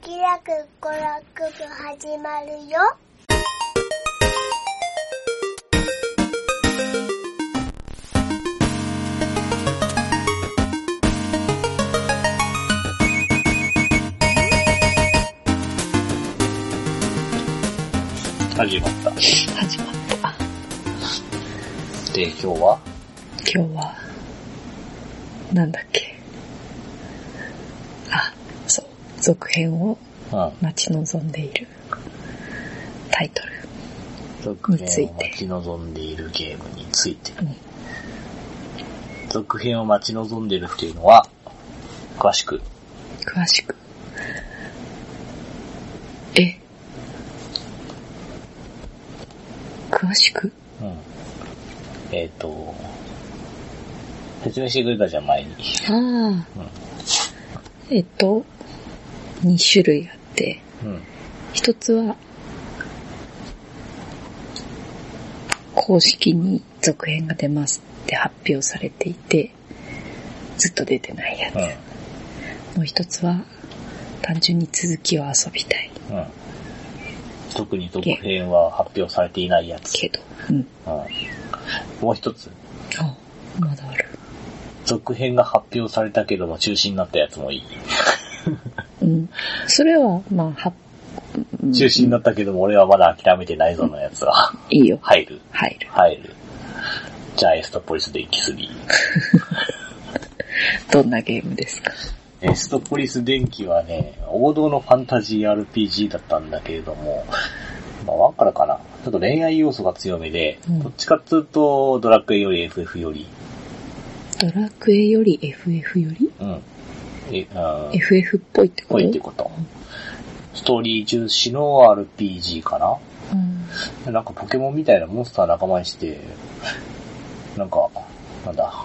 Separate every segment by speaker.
Speaker 1: きらく娯楽部始まるよ。
Speaker 2: 始まった。
Speaker 3: 始まった。
Speaker 2: で、今日は
Speaker 3: 今日は、なんだっけ。あ、そう。続編を
Speaker 2: う
Speaker 3: 待ち望んでいる。タイトル。
Speaker 2: ん。続編を待ち望んでいるゲームについて。
Speaker 3: うん
Speaker 2: 続編を待ち望んでるっていうのは、詳しく。
Speaker 3: 詳しく。え詳しく
Speaker 2: うん。えっ、と、説明してくれたじゃん、前に。
Speaker 3: ああ。えっと、2種類あって、
Speaker 2: うん。
Speaker 3: 一つは、公式に続編が出ますって発表されていて、ずっと出てないや
Speaker 2: う
Speaker 3: つ。もう一つは、単純に続きを遊びたい
Speaker 2: ん。うん。特に続編は発表されていないやつ。
Speaker 3: けど、うん。
Speaker 2: うん。もう一つ。
Speaker 3: あ、まだある。
Speaker 2: 続編が発表されたけども中止になったやつもいい。
Speaker 3: うん。それは、まあ、は、うん
Speaker 2: 中止になったけども俺はまだ諦めてないぞのやつは。
Speaker 3: いいよ。
Speaker 2: 入る。
Speaker 3: 入る。
Speaker 2: 入る。じゃあエストポリスで行き過ぎ。
Speaker 3: どんなゲームですか
Speaker 2: エストポリス電気はね、王道のファンタジー RPG だったんだけれども、まあワンからかな。ちょっと恋愛要素が強めで、
Speaker 3: うん
Speaker 2: どっちかっつうとドラクエより FF より、
Speaker 3: ドラクエより FF より
Speaker 2: うん。え、うん。
Speaker 3: ?FF っぽいって
Speaker 2: っ
Speaker 3: こと
Speaker 2: ぽいってこと。ストーリー重視の RPG かな
Speaker 3: うん。
Speaker 2: なんかポケモンみたいなモンスター仲間にして、なんか、なんだ、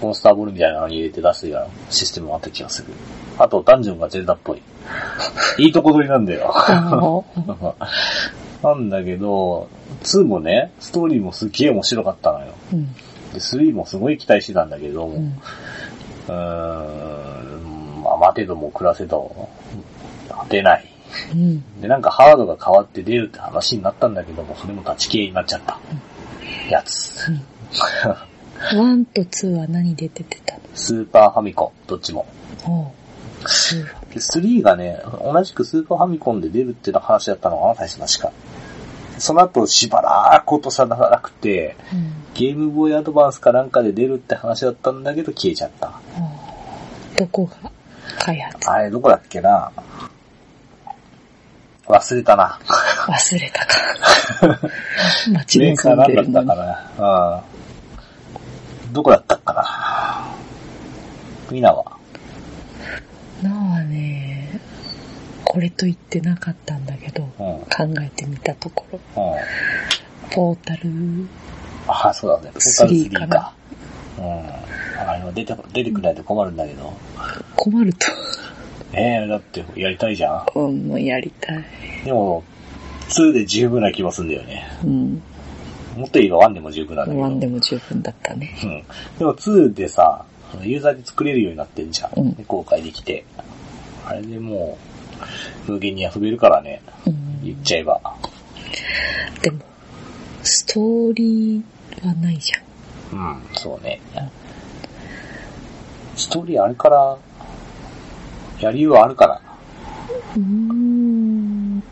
Speaker 2: モンスターボールみたいなのに入れて出すようなシステムがあった気がする。あと、ダンジョンがゼルダっぽい。いいとこ取りなんだよ。
Speaker 3: ああ、
Speaker 2: なんだけど、2もね、ストーリーもすっげえ面白かったのよ。
Speaker 3: うん。
Speaker 2: で、3もすごい期待してたんだけど、
Speaker 3: う。
Speaker 2: うんーん、まあ、待てども暮らせど、出ない。
Speaker 3: うん。
Speaker 2: で、なんかハードが変わって出るって話になったんだけども、それも立ち消えになっちゃった。やつ。
Speaker 3: ワンとツーは何で出てた
Speaker 2: スーパーファミコン、どっちも。
Speaker 3: のおう。ツーは。
Speaker 2: で3がね、同じくスーパーファミコンで出るっていう話だったのかな、最初確か。その後、しばらく落とさなくて、
Speaker 3: うん。
Speaker 2: ゲームボーイアドバンスかなんかで出るって話だったんだけど、消えちゃった。
Speaker 3: おうどこが開発
Speaker 2: あれ、どこだっけな忘れたな。
Speaker 3: 忘れたか。待ち
Speaker 2: メーカー
Speaker 3: 望んでる
Speaker 2: な
Speaker 3: の
Speaker 2: ん
Speaker 3: に
Speaker 2: だ。ったかな。うん。どこだったかな。みなは。
Speaker 3: なあね、これと言ってなかったんだけど、
Speaker 2: うん。うん。
Speaker 3: 考えてみたところ、ポータル
Speaker 2: あ、そうだね。トータル
Speaker 3: 3かな。。
Speaker 2: うん。あの、出て、出てくれないと困るんだけど。
Speaker 3: 困ると、
Speaker 2: ええだってやりたいじゃ
Speaker 3: うん、もうやりたい。
Speaker 2: ん。でも、2で十分な気もするんだよね。
Speaker 3: うん。
Speaker 2: もっと言えば1でも十分なんだけど。
Speaker 3: ワンでも十分だったね。
Speaker 2: うん。でも2でさ、ユーザーで作れるようになってんじゃん。
Speaker 3: うん
Speaker 2: で公開できて。あれでもう、無限に遊べるからね。
Speaker 3: うん。
Speaker 2: 言っちゃえば。
Speaker 3: でも、ストーリーはないじゃ
Speaker 2: う
Speaker 3: ん。
Speaker 2: ん、そうね。ストーリーあれから、やりようあるから。
Speaker 3: うーん。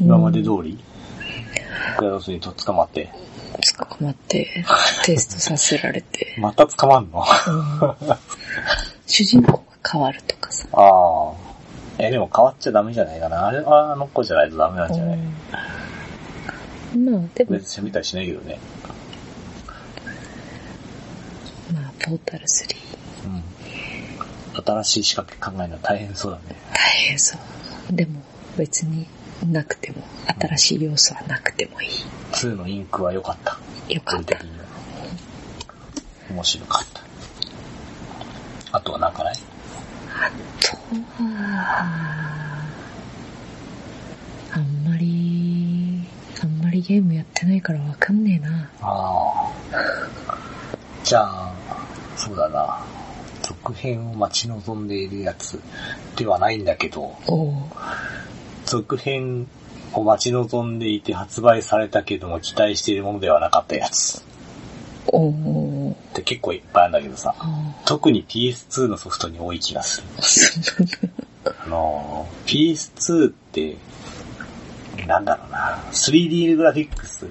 Speaker 2: 今まで通り、クラドスにと捕まって。
Speaker 3: 捕まって、テストさせられて、
Speaker 2: また捕まんのあ
Speaker 3: 主人公が変わるとかさ。
Speaker 2: あ。え、でも変わっちゃダメじゃないかな。あれはあの子じゃないとダメなんじゃない
Speaker 3: うんまあ、で
Speaker 2: 別
Speaker 3: も、
Speaker 2: に攻めたりしないけどね。
Speaker 3: まあ、ポータル3、
Speaker 2: うん。新しい仕掛け考えるの大変そうだね。
Speaker 3: 大変そう。でも、別になくても、新しい要素はなくてもいい。
Speaker 2: 2のインクは良かった。
Speaker 3: よかっ
Speaker 2: 俺的
Speaker 3: た。
Speaker 2: には。面白かった。あとはなんかない
Speaker 3: とは、あんまり、あんまりゲームやってないからわかんねえな。
Speaker 2: ああ。じゃあ、そうだな。続続編を待ち望んでいるやつではないんだけど、
Speaker 3: おう
Speaker 2: 続編を待ち望んでいて発売されたけども期待しているものではなかったやつ
Speaker 3: おう
Speaker 2: って結構いっぱいあるんだけどさ、
Speaker 3: あ
Speaker 2: 特に PS2 のソフトに多い気がする。
Speaker 3: あ、そんな
Speaker 2: あのー、PS2 って、なんだろうな、3D グラフィックス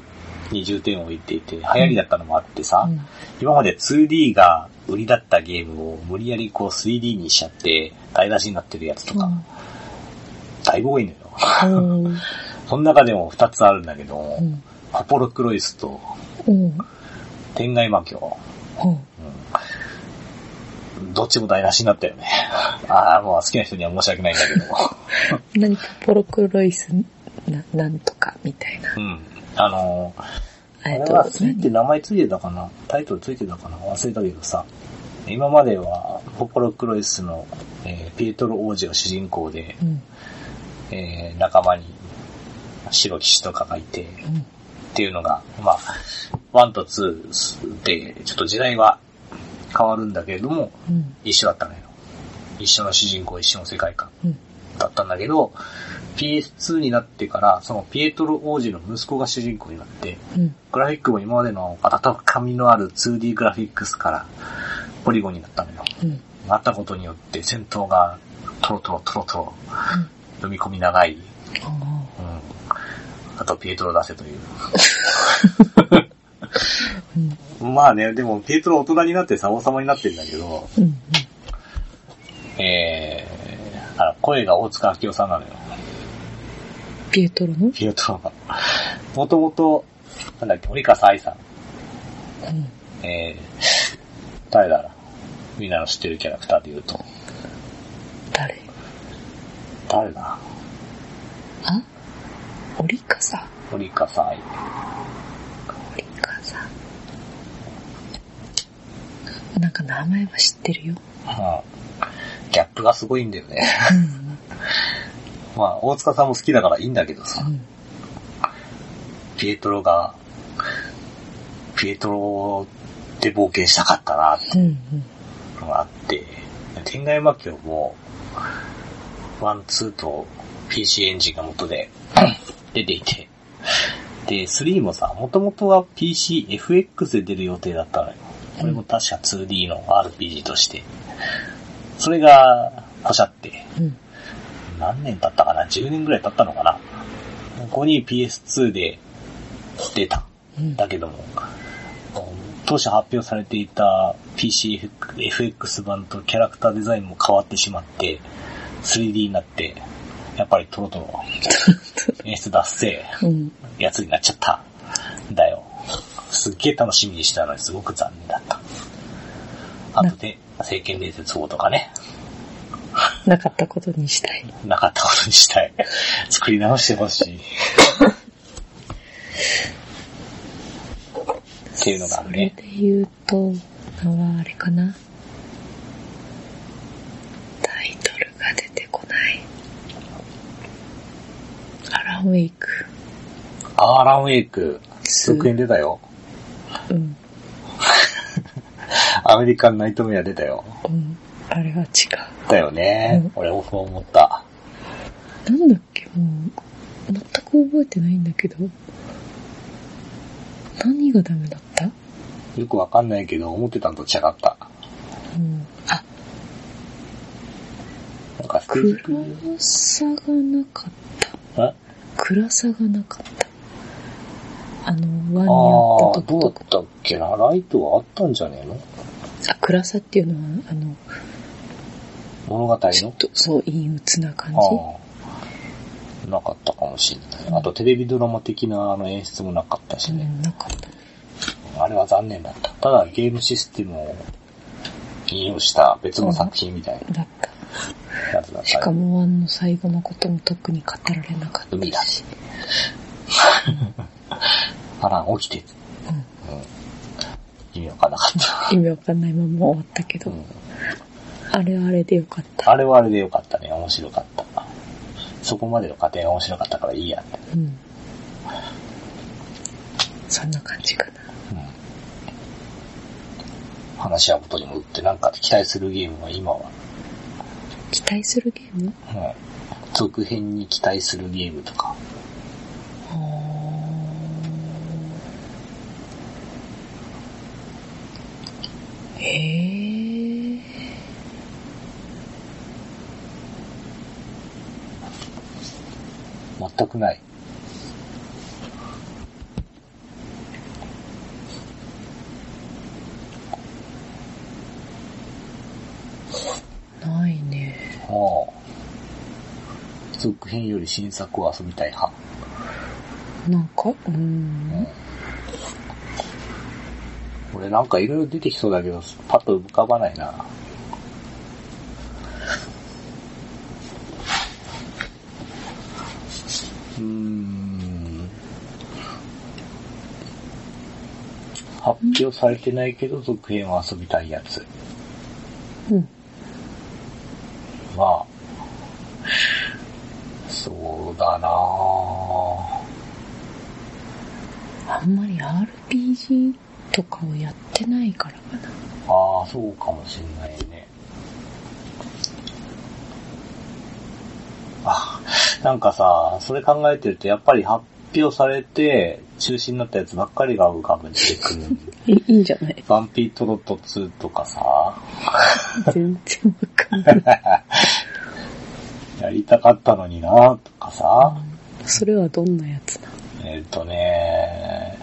Speaker 2: に重点を置いていて、流行りだったのもあってさ、
Speaker 3: うん
Speaker 2: 今まで 2D が売りだったゲームを無理やりこう 3D にしちゃって台無しになってるやつとか、だいぶ多いのよ。
Speaker 3: うん。おう
Speaker 2: その中でも2つあるんだけど、
Speaker 3: うん
Speaker 2: コポロクロイスと
Speaker 3: おう
Speaker 2: 天外魔境。
Speaker 3: おう
Speaker 2: どっちも台無しになったよね。 ああ、もう好きな人には申し訳ないんだけど。
Speaker 3: 何かポロクロイスな、なんとかみたいな。
Speaker 2: うん。あのー、
Speaker 3: え
Speaker 2: あ
Speaker 3: っ
Speaker 2: れ
Speaker 3: と、
Speaker 2: は3って名
Speaker 3: 何
Speaker 2: 前ついてたかなタイトルついてたかな忘れたけどさ。今までは、ポポロクロイスの、えーピエトロ王子が主人公で、
Speaker 3: うん、
Speaker 2: えー仲間に白騎士とかがいて、
Speaker 3: うん、
Speaker 2: っていうのが、まあ、1と2で、ちょっと時代は変わるんだけれども、
Speaker 3: うん、
Speaker 2: 一緒だったのよ。一緒の主人公、一緒の世界観
Speaker 3: うん。
Speaker 2: だったんだけど、PS2 になってから、そのピエトロ王子の息子が主人公になって、
Speaker 3: うん、
Speaker 2: グラフィックも今までの温かみのある 2D グラフィックスからポリゴンになったのよ。
Speaker 3: うん、
Speaker 2: なったことによって戦闘がトロトロトロトロ、読み込み長い、うん、
Speaker 3: あ
Speaker 2: あとピエトロ出せという。まあね、でもピエトロ大人になってさ、王様になってんだけど、
Speaker 3: あ、うん、
Speaker 2: えー、あら、声が大塚明夫さんなのよ。
Speaker 3: ピエトロの
Speaker 2: ピエトロが。もともと、なんだっけ、折笠愛さん。
Speaker 3: うん。
Speaker 2: えー、誰だろうみんなの知ってるキャラクターで言うと。
Speaker 3: 誰
Speaker 2: 誰だ
Speaker 3: あオリカサ
Speaker 2: 折笠愛。
Speaker 3: オリカサなんか名前は知ってるよ。
Speaker 2: うん。ギャップがすごいんだよね。
Speaker 3: うん、
Speaker 2: まあ、大塚さんも好きだからいいんだけどさ
Speaker 3: う。ん、
Speaker 2: ピエトロが、ピエトロで冒険したかったなって
Speaker 3: うん、うん。
Speaker 2: いうのがあって、天外魔境も、ワン、ツーと PC エンジンが元で出ていて、で、3もさ、もともとは PCFX で出る予定だったのよ。これも確か 2D の RPG として。それが、ポシャって、
Speaker 3: うん、
Speaker 2: 何年経ったかな ?10 年ぐらい経ったのかなここに PS2 で出た。
Speaker 3: うん。
Speaker 2: だけども、当初発表されていた PCFX 版とキャラクターデザインも変わってしまって、3D になって、やっぱりトロトロ、演出脱せ
Speaker 3: うん、
Speaker 2: やつになっちゃった。だよ。すっげえ楽しみにしたのにすごく残念だった。あとで、聖剣伝説4とかね、
Speaker 3: なかったことにしたい。
Speaker 2: なかったことにしたい。作り直してほしい。っていうのがある
Speaker 3: それ
Speaker 2: ね。
Speaker 3: で言うと、ああれかな。タイトルが出てこない。アランウェイク。
Speaker 2: あーアランウェイク、
Speaker 3: す
Speaker 2: 続編出たよ。
Speaker 3: うん、
Speaker 2: アメリカンナイトメア出たよ。
Speaker 3: うん。あれは違
Speaker 2: だよね。
Speaker 3: うん
Speaker 2: 俺もそう思った。
Speaker 3: う。なんだっけ、もう、全く覚えてないんだけど。何がダメだった
Speaker 2: よくわかんないけど、思ってたんと違った。
Speaker 3: うん。あ、
Speaker 2: なんかステージ
Speaker 3: 暗さがなかった。
Speaker 2: え
Speaker 3: 暗さがなかった。あの、ワン
Speaker 2: あ
Speaker 3: にあった
Speaker 2: ー、
Speaker 3: と
Speaker 2: どう
Speaker 3: こ
Speaker 2: だったっけなライトはあったんじゃねえの
Speaker 3: あ、暗さっていうのは、あの、
Speaker 2: 物語
Speaker 3: ちょ
Speaker 2: の
Speaker 3: っと、そう、陰鬱な感じ。
Speaker 2: あーなかったかもしれない。あとテレビドラマ的なあの演出もなかったし
Speaker 3: う
Speaker 2: ね。
Speaker 3: ん、なかったね。
Speaker 2: あれは残念だった。ただゲームシステムを引用した別の作品みたい
Speaker 3: だった。
Speaker 2: なやつだった。
Speaker 3: しかも、ワンの最後のことも特に語られなかったし。
Speaker 2: アラン起きて。うん意味わかんなかった。
Speaker 3: 意味わかんないまま終わったけど、
Speaker 2: うん
Speaker 3: あれはあれでよかった。
Speaker 2: あれはあれでよかったね。面白かった。そこまでの過程が面白かったからいいやって。
Speaker 3: うん。そんな感じかな。
Speaker 2: うん話は元に戻って、なんか期待するゲームは今は、
Speaker 3: 期待するゲーム
Speaker 2: うん続編に期待するゲームとか、
Speaker 3: へえ。
Speaker 2: 全くない。
Speaker 3: ないね。
Speaker 2: ああ続編より新作を遊びたい派。
Speaker 3: なんか、うーん。
Speaker 2: 俺なんかいろいろ出てきそうだけど、パッと浮かばないな。うーん。発表されてないけど、続編を遊びたいやつ。
Speaker 3: うん。
Speaker 2: まあ、そうだなぁ。
Speaker 3: あんまり RPG とかをやってないからかな。
Speaker 2: ああ、そうかもしんないね。あ、なんかさ、それ考えてると、やっぱり発表されて、中止になったやつばっかりが浮かぶしてくる。
Speaker 3: いいんじゃない
Speaker 2: バンピートロット2とかさ、
Speaker 3: 全然わかんない。
Speaker 2: やりたかったのになとかさ、
Speaker 3: それはどんなやつなの
Speaker 2: えっ、とね、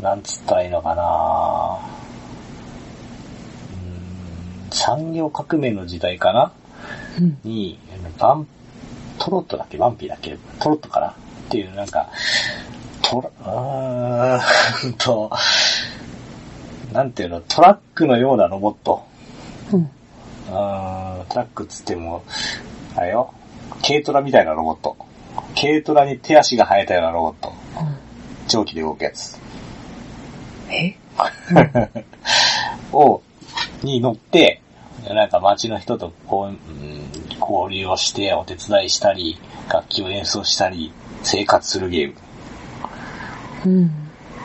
Speaker 2: なんつったらいいのかなうーん産業革命の時代かな
Speaker 3: うん。
Speaker 2: に、バン、トロットだっけバンピーだっけトロットかなっていう、なんか、トラ、うーん と、なんていうの、トラックのようなロボット。
Speaker 3: うん。
Speaker 2: うーん、トラックっつっても、あれよ、軽トラみたいなロボット。軽トラに手足が生えたようなロボット。蒸気で動くやつ。
Speaker 3: うんえ
Speaker 2: を、に乗って、なんか街の人とこう、うん、交流をしてお手伝いしたり、楽器を演奏したり、生活するゲーム。
Speaker 3: うん。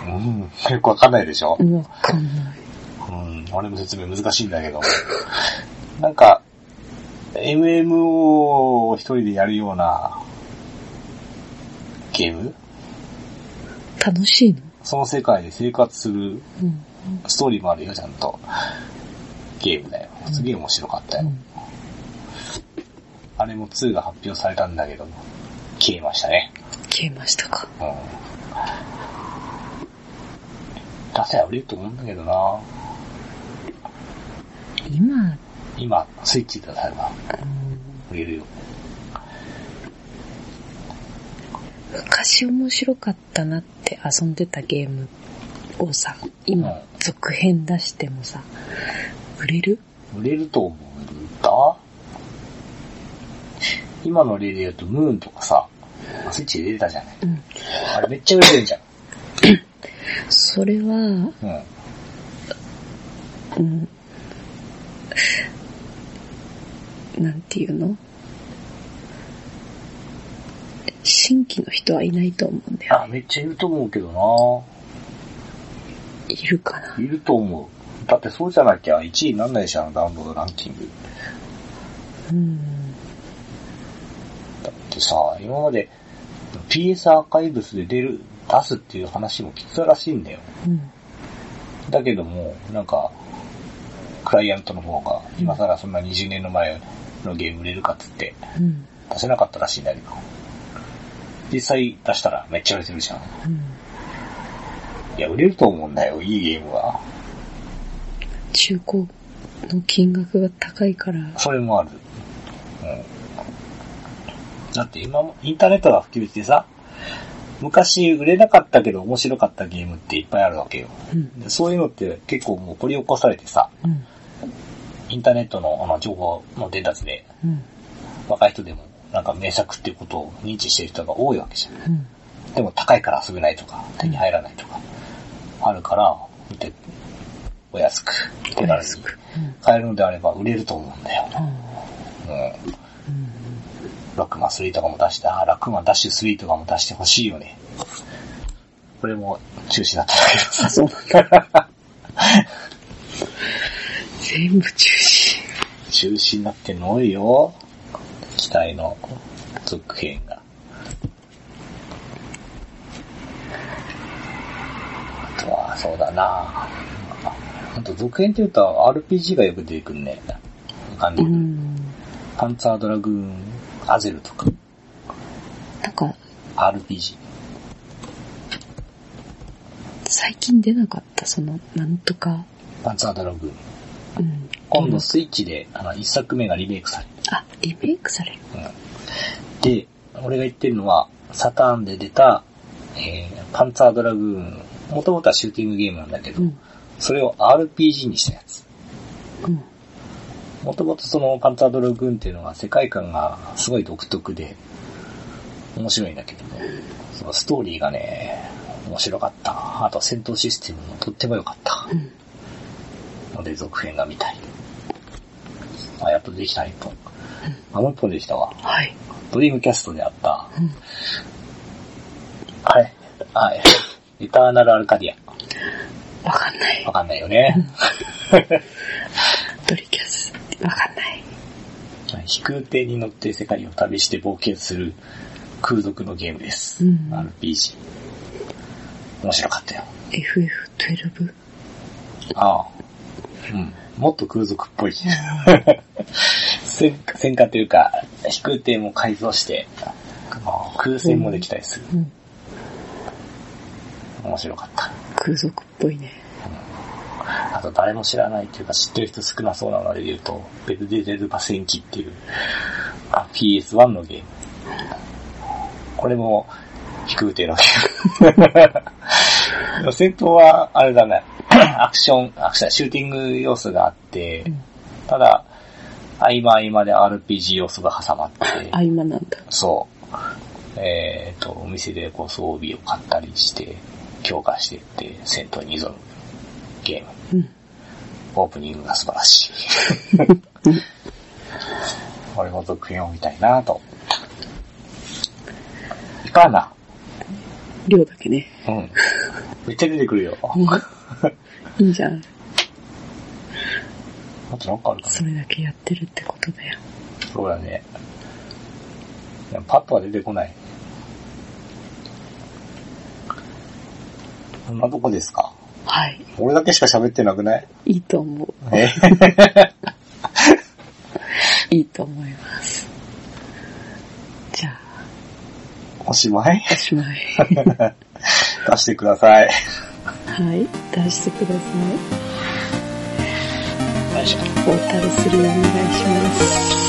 Speaker 2: うん、よくわかんないでしょ、
Speaker 3: わかんない。
Speaker 2: うん、俺の説明難しいんだけど。なんか、MMO を一人でやるようなゲーム
Speaker 3: 楽しいの
Speaker 2: その世界で生活する
Speaker 3: うん。
Speaker 2: ストーリーもあるよ、ちゃんと。ゲームだよ。すげえ面白かったよ。
Speaker 3: うん
Speaker 2: あれも2が発表されたんだけど、消えましたね。
Speaker 3: 消えましたか。
Speaker 2: うん。出せば売れると思うんだけどな
Speaker 3: 今、
Speaker 2: 今、スイッチで出せば
Speaker 3: うん
Speaker 2: 売れるよ。
Speaker 3: 昔面白かったなって遊んでたゲームをさ、
Speaker 2: う
Speaker 3: 今
Speaker 2: ん、
Speaker 3: 続編出してもさ、売れる
Speaker 2: 売れると思うんだ今の例で言うと、ムーンとかさ、スイッチで出たじゃない。
Speaker 3: うん。
Speaker 2: あれめっちゃ売れてんじゃん。
Speaker 3: それは、
Speaker 2: うん。
Speaker 3: うん。なんていうの新規の人はいないと思うんだよ
Speaker 2: あ、。めっちゃいると思うけど
Speaker 3: いるかな
Speaker 2: ないると思う。だってそうじゃなきゃ1位になんないでしょ、あのダウンロードランキング。
Speaker 3: うん。
Speaker 2: だってさ、今まで PS アーカイブスで出る、出すっていう話も来てたらしいんだよ。
Speaker 3: うん。
Speaker 2: だけども、なんか、クライアントの方が、今更そんな20年の前のゲーム売れるかっつって、
Speaker 3: うん。
Speaker 2: 出せなかったらしいんだけど。実際出したらめっちゃ売れてるじゃん。
Speaker 3: うん。
Speaker 2: いや、売れると思うんだよ、いいゲームは。
Speaker 3: 中古の金額が高いから、
Speaker 2: それもある。うん。だって今も、インターネットが普及してさ、昔売れなかったけど面白かったゲームっていっぱいあるわけよ。
Speaker 3: うん。
Speaker 2: そういうのって結構もう掘り起こされてさ、
Speaker 3: うん。
Speaker 2: インターネットのあの情報の伝達で、
Speaker 3: うん。
Speaker 2: 若い人でもなんか名作っていうことを認知してる人が多いわけじゃん。
Speaker 3: うん。
Speaker 2: でも高いから遊べないとか、手に入らないとか、あるから、見て、お安く、手軽に
Speaker 3: うん。
Speaker 2: 買えるのであれば売れると思うんだよ。
Speaker 3: あ
Speaker 2: うん。
Speaker 3: あ。うん。
Speaker 2: ラクマン3とかも出して、あ、ラクマンダッシュ3とかも出してほしいよね。これも中止だったんだけどさ。
Speaker 3: あ、そうなんだ。全部中止。
Speaker 2: 中止になってんの多いよ。期待の続編が。あとは、そうだなあと続編って言うと RPG がよく出てくんね。感じ
Speaker 3: う
Speaker 2: る。
Speaker 3: ん。
Speaker 2: パンツァードラグーン、アゼルとか、
Speaker 3: なんか、
Speaker 2: RPG。
Speaker 3: 最近出なかった、その、なんとか、
Speaker 2: パンツァードラグーン。
Speaker 3: うん。
Speaker 2: 今度スイッチで、あの、一作目がリメイクされ
Speaker 3: あ、リメイクされる。
Speaker 2: で、俺が言ってるのは、サターンで出た、えー、パンツァードラグーン、もともとはシューティングゲームなんだけ
Speaker 3: う
Speaker 2: ど、
Speaker 3: ん。
Speaker 2: それを RPG にしたやつ。
Speaker 3: うん。
Speaker 2: もともとそのパンツァードラグーンっていうのは世界観がすごい独特で、面白いんだけどね。そのストーリーがね、面白かった。あと戦闘システムもとっても良かった。
Speaker 3: うん。
Speaker 2: ので続編が見たい。あ、やっとできた、一本。あ、もう一本できたわ。
Speaker 3: はい。
Speaker 2: ドリームキャストであった、
Speaker 3: うん。
Speaker 2: あれあ、えエターナルアルカディ
Speaker 3: わかんな
Speaker 2: ア。
Speaker 3: い
Speaker 2: わ。かんないよね。
Speaker 3: ドリキャス。わかんない。
Speaker 2: 飛空艇に乗って世界を旅して冒険する空賊のゲームです。
Speaker 3: うん
Speaker 2: RPG。面白かったよ。
Speaker 3: FF12?
Speaker 2: ああ。うん。もっと空賊っぽい。 戦戦火というか、飛空艇も改造して、あ空戦もできたりする。
Speaker 3: うん。
Speaker 2: 面白かった。
Speaker 3: 空賊っぽいね。
Speaker 2: あと誰も知らないというか知ってる人少なそうなので言うと、ベルデゼルバ戦記っていう、あ PS1 のゲーム。これも、飛空艇のゲーム。 戦闘は、あれだね、 アクション、アクション、シューティング要素があって、
Speaker 3: うん
Speaker 2: ただ、合間合間で RPG 要素が挟まって、
Speaker 3: 合間なんだ。
Speaker 2: そう。えっ、と、お店でこう装備を買ったりして、強化していって戦闘に挑むゲーム。
Speaker 3: うん。
Speaker 2: オープニングが素晴ら しい。俺も続編を見たいなと。いかな。
Speaker 3: 量だけね。
Speaker 2: うん。めっちゃ出てくるよ。
Speaker 3: いいじゃん。
Speaker 2: あとなんかあるか
Speaker 3: それだけやってるってことだよ。
Speaker 2: な。そうだね。でもパッとは出てこない。こんなとこですか
Speaker 3: はい。
Speaker 2: 俺だけしか喋ってなくない
Speaker 3: いいと思う。
Speaker 2: え
Speaker 3: いいと思います。じゃあ、
Speaker 2: おしまい
Speaker 3: おしまい。
Speaker 2: 出してください。
Speaker 3: はい。出してください。
Speaker 2: よいしょ。
Speaker 3: ポータル3お願いします。